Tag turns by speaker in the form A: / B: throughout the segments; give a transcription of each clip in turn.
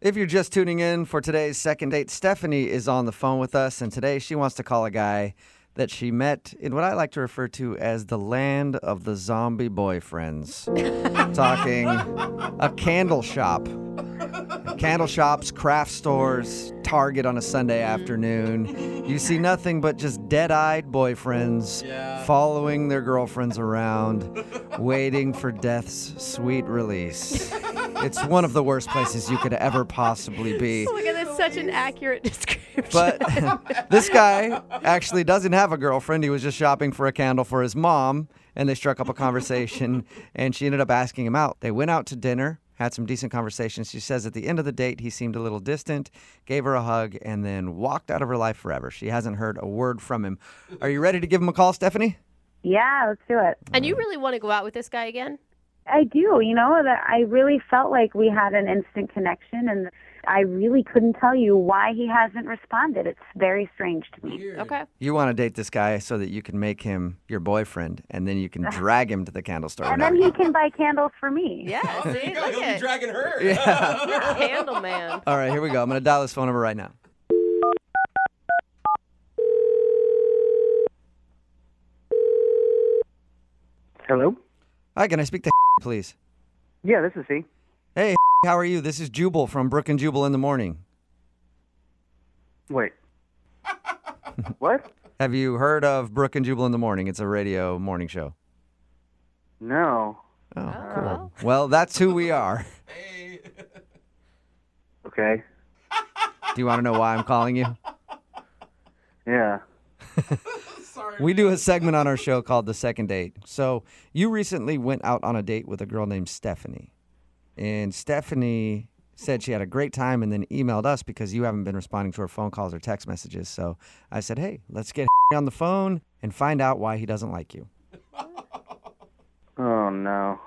A: If you're just tuning in for today's second date, Stephanie is on the phone with us, and today she wants to call a guy that she met in what I like to refer to as the land of the zombie boyfriends. Talking a candle shop. Candle shops, craft stores, Target on a Sunday afternoon. You see nothing but just dead eyed boyfriends following their girlfriends around, waiting for death's sweet release. It's one of the worst places you could ever possibly be.
B: Look at Oh that's such an accurate description.
A: But this guy actually doesn't have a girlfriend. He was just shopping for a candle for his mom, and they struck up a conversation, and she ended up asking him out. They went out to dinner, had some decent conversations. She says at the end of the date, he seemed a little distant, gave her a hug, and then walked out of her life forever. She hasn't heard a word from him. Are you ready to give him a call, Stephanie?
C: Yeah, let's do it.
B: and you really want to go out with this guy again?
C: I do, you know, that I really felt like we had an instant connection and I really couldn't tell you why he hasn't responded. It's very strange to me.
B: Okay.
A: You want to date this guy so that you can make him your boyfriend, and then you can drag him to the candle store.
C: And
A: whenever
C: then
A: you-
C: he can buy candles for me.
B: Yeah.
D: There
B: See,
D: you go.
B: look
D: He'll be
B: at
D: dragging her.
A: Yeah.
B: Candle Man.
A: All right, here we go. I'm going to dial his phone number right now.
E: Hello?
A: Hi, can I speak to please?
E: Yeah, this is he.
A: Hey, how are you? This is Jubal from Brook and Jubal in the Morning.
E: Wait. what?
A: Have you heard of Brook and Jubal in the Morning? It's a radio morning show.
E: No.
A: Oh, cool. Well, that's who we are.
E: Okay.
A: Do you want to know why I'm calling you?
E: Yeah.
A: We do a segment on our show called The Second Date. So, you recently went out on a date with a girl named Stephanie. And Stephanie said she had a great time and then emailed us because you haven't been responding to her phone calls or text messages. So, I said, hey, let's get on the phone and find out why he doesn't like you.
E: Oh no.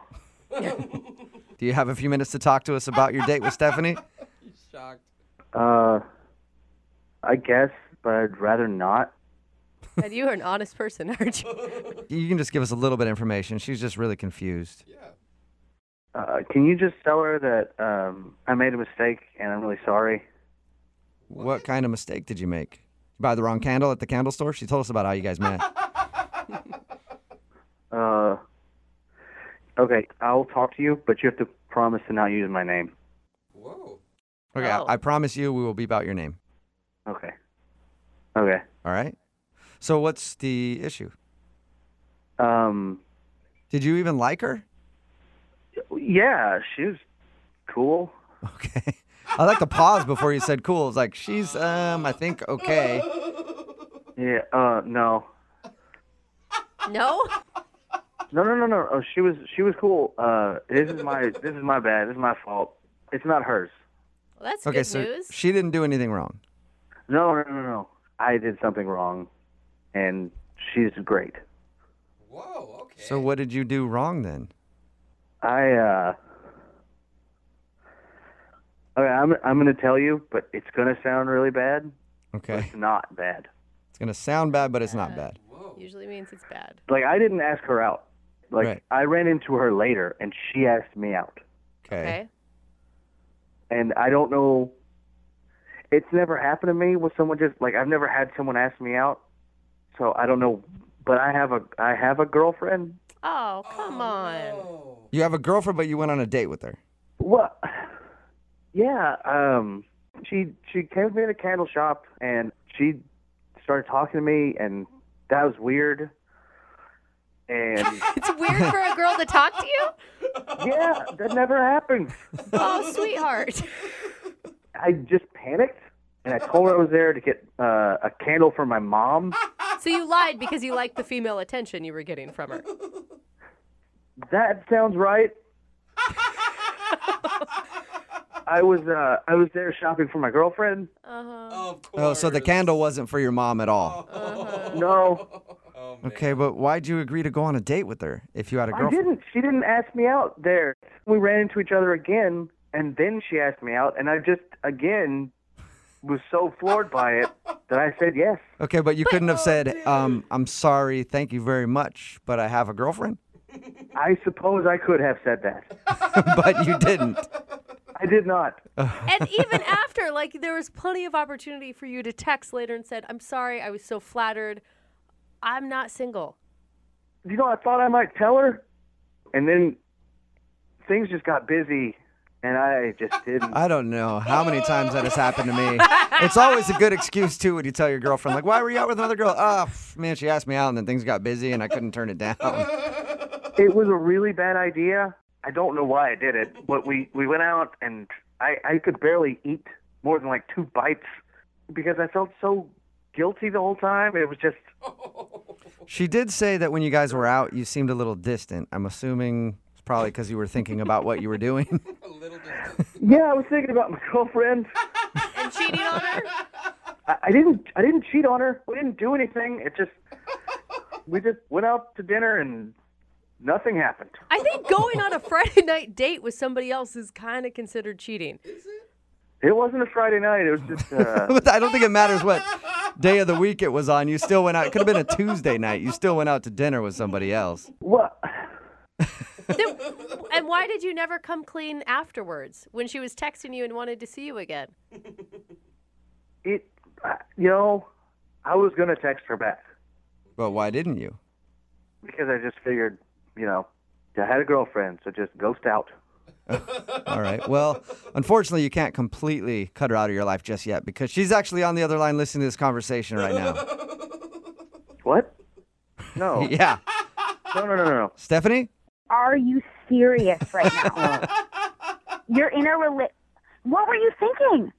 A: Do you have a few minutes to talk to us about your date with Stephanie?
E: Uh I guess, but I'd rather not.
B: And you are an honest person, aren't you?
A: You can just give us a little bit of information. She's just really confused.
E: Uh, can you just tell her that um, I made a mistake and I'm really sorry?
A: What? kind of mistake did you make? You buy the wrong candle at the candle store? She told us about how you guys met.
E: Uh, okay, I'll talk to you, but you have to promise to not use my name.
D: Whoa.
A: Okay, I-
B: Oh.
A: I, promise you we will beep out your name.
E: Okay. Okay.
A: All right? So, what's the issue?
E: Um,
A: Did you even like her?
E: yeah, she was cool.
A: Okay. I like the pause before you said cool. It's like, she's, um, I think, okay.
E: Yeah. Uh, no.
B: No?
E: No, no, no, no. Oh, she was she was cool. Uh, this is my this is my bad. This is my fault. It's not hers.
B: Well, that's
A: Okay,
B: good
A: so
B: news.
A: she didn't do anything wrong.
E: No, no, no, no. I did something wrong, and she's great.
D: Whoa. Okay.
A: So, what did you do wrong then?
E: I uh. Okay, I'm I'm gonna tell you, but it's gonna sound really bad.
A: Okay.
E: It's not bad.
A: It's going to sound bad, but it's not bad.
B: Usually means it's bad.
E: Like I didn't ask her out. Like
A: Right.
E: I ran into her later, and she asked me out.
B: Okay.
E: and I don't know. It's never happened to me with someone just like I've never had someone ask me out, so I don't know. But I have a I have a girlfriend.
B: Oh, come on.
A: You have a girlfriend, but you went on a date with her.
E: What? Yeah. Um. She she came to me at a candle shop and she started talking to me and that was weird. And
B: It's weird for a girl to talk to you?
E: yeah, that never happened.
B: Oh, sweetheart.
E: I just panicked and I told her I was there to get uh, a candle for my mom.
B: So you lied because you liked the female attention you were getting from her.
E: That sounds right. I was uh, I was there shopping for my girlfriend.
B: Uh-huh.
D: Of course.
A: Oh, so the candle wasn't for your mom at all.
B: Uh-huh.
E: No,
D: Oh, man.
A: Okay, but why'd you agree to go on a date with her if you had a
E: I
A: girlfriend?
E: didn't. She didn't ask me out there. We ran into each other again, and then she asked me out, and I just again was so floored by it that I said yes.
A: Okay, but you couldn't have said, um, "I'm sorry, thank you very much, but I have a girlfriend."
E: I suppose I could have said that.
A: but you didn't.
E: I did not.
B: and even after, like, there was plenty of opportunity for you to text later and said, I'm sorry, I was so flattered. I'm not single.
E: You know, I thought I might tell her, and then things just got busy, and I just didn't.
A: I don't know how many times that has happened to me. It's always a good excuse too when you tell your girlfriend, like, "Why were you out with another girl?" Ah, pff, man, she asked me out, and then things got busy, and I couldn't turn it down.
E: It was a really bad idea. I don't know why I did it, but we, we went out and I, I could barely eat more than like two bites because I felt so guilty the whole time. It was just,
A: She did say that when you guys were out, you seemed a little distant. I'm assuming it's probably because you were thinking about what you were doing.
D: A little bit.
E: yeah, I was thinking about my girlfriend.
B: And cheating on her?
E: I, I didn't I didn't cheat on her. We didn't do anything. It just we just went out to dinner and nothing happened.
B: I think going on a Friday night date with somebody else is kind of considered cheating.
E: It wasn't a Friday night. It was just uh,
A: But I don't think it matters what day of the week it was on. You still went out. It could have been a Tuesday night. You still went out to dinner with somebody else.
E: what.
B: Then- and why did you never come clean afterwards when she was texting you and wanted to see you again?
E: It you know I was gonna text her back.
A: But why didn't you?
E: because I just figured, you know, I had a girlfriend, so just ghost out.
A: All right. Well, unfortunately, you can't completely cut her out of your life just yet because she's actually on the other line listening to this conversation right now.
E: What? No.
A: Yeah.
E: No, no, no, no, no.
A: Stephanie?
C: Are you serious right now? You're in a rela- What were you thinking?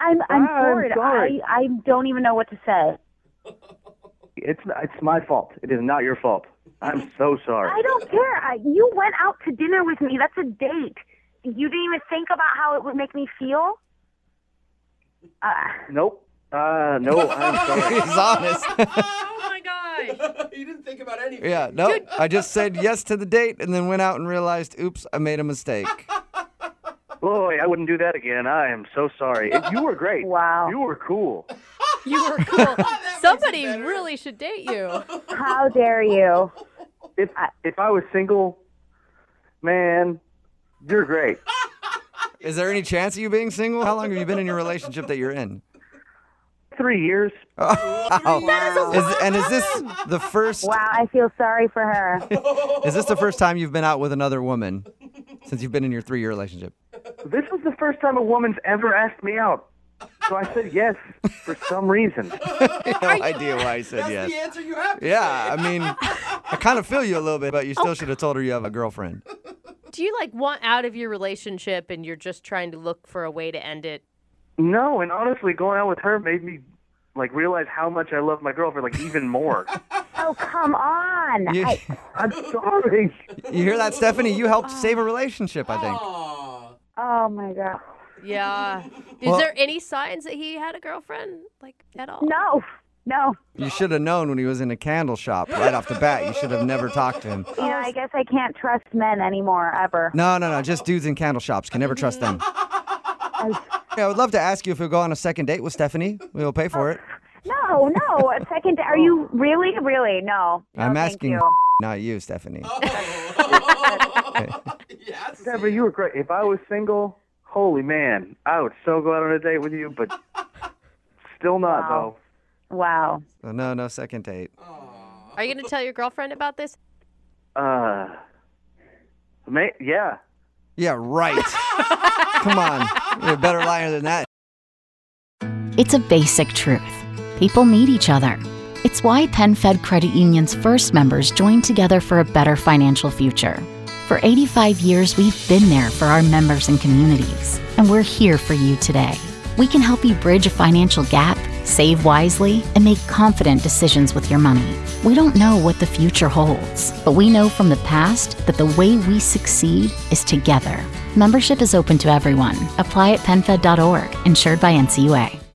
C: I'm I'm
E: I'm
C: bored.
E: sorry.
C: I I don't even know what to say.
E: It's it's my fault. It is not your fault. I'm so sorry.
C: I don't care. I, you went out to dinner with me. That's a date. You didn't even think about how it would make me feel. Uh,
E: Nope. Uh, no, I'm sorry.
A: He's honest.
B: Oh my gosh.
D: you didn't think about anything.
A: Yeah, no. I just said yes to the date and then went out and realized, oops, I made a mistake.
E: Boy, I wouldn't do that again. I am so sorry. You were great.
C: Wow.
E: You were cool.
B: You were cool. Somebody really should date you.
C: how dare you?
E: If if I was single, man, you're great.
A: Is there any chance of you being single? How long have you been in your relationship that you're in?
E: Three years.
A: Wow. Is- and is this the first
C: Wow, I feel sorry for her.
A: is this the first time you've been out with another woman since you've been in your three year relationship?
E: This was the first time a woman's ever asked me out. So I said yes for some reason.
A: No idea why I said
D: That's
A: yes.
D: the answer you have. to
A: Yeah, I mean, I kind of feel you a little bit, but you
D: Oh.
A: still should have told her you have a girlfriend.
B: Do you like want out of your relationship and you're just trying to look for a way to end it?
E: No, and honestly, going out with her made me like realize how much I love my girlfriend, like even more.
C: Oh, come on.
A: You,
C: I,
E: I'm sorry.
A: you hear that, Stephanie? You helped save a relationship, I think.
D: Aw.
C: oh my god.
B: Yeah.
A: Well-
B: is there any signs that he had a girlfriend like at all?
C: No. No.
A: You should have known when he was in a candle shop right off the bat. You should have never talked to him.
C: You know, I guess I can't trust men anymore ever.
A: Oh, No, no, no. Just dudes in candle shops. Can never trust them. Yeah, I would love to ask you if we'll go on a second date with Stephanie. We'll pay for it.
C: No, no. A second are you really really? No. No,
A: I'm
C: thank
A: asking,
C: you.
A: not you, Stephanie.
D: Oh. Yes.
E: Deborah, you were great. If I was single, holy man, I would so go out on a date with you, but still not
C: Wow. Wow.
A: So no, no second date.
B: Are you going to tell your girlfriend about this?
E: though. Uh, ma- yeah.
A: Yeah, right. Come on. You're a better liar than that.
F: It's a basic truth. People need each other. It's why PenFed Credit Union's first members joined together for a better financial future. For 85 years, we've been there for our members and communities, and we're here for you today. We can help you bridge a financial gap, Save wisely and make confident decisions with your money. We don't know what the future holds, but we know from the past that the way we succeed is together. Membership is open to everyone. Apply at penfed.org, insured by NCUA.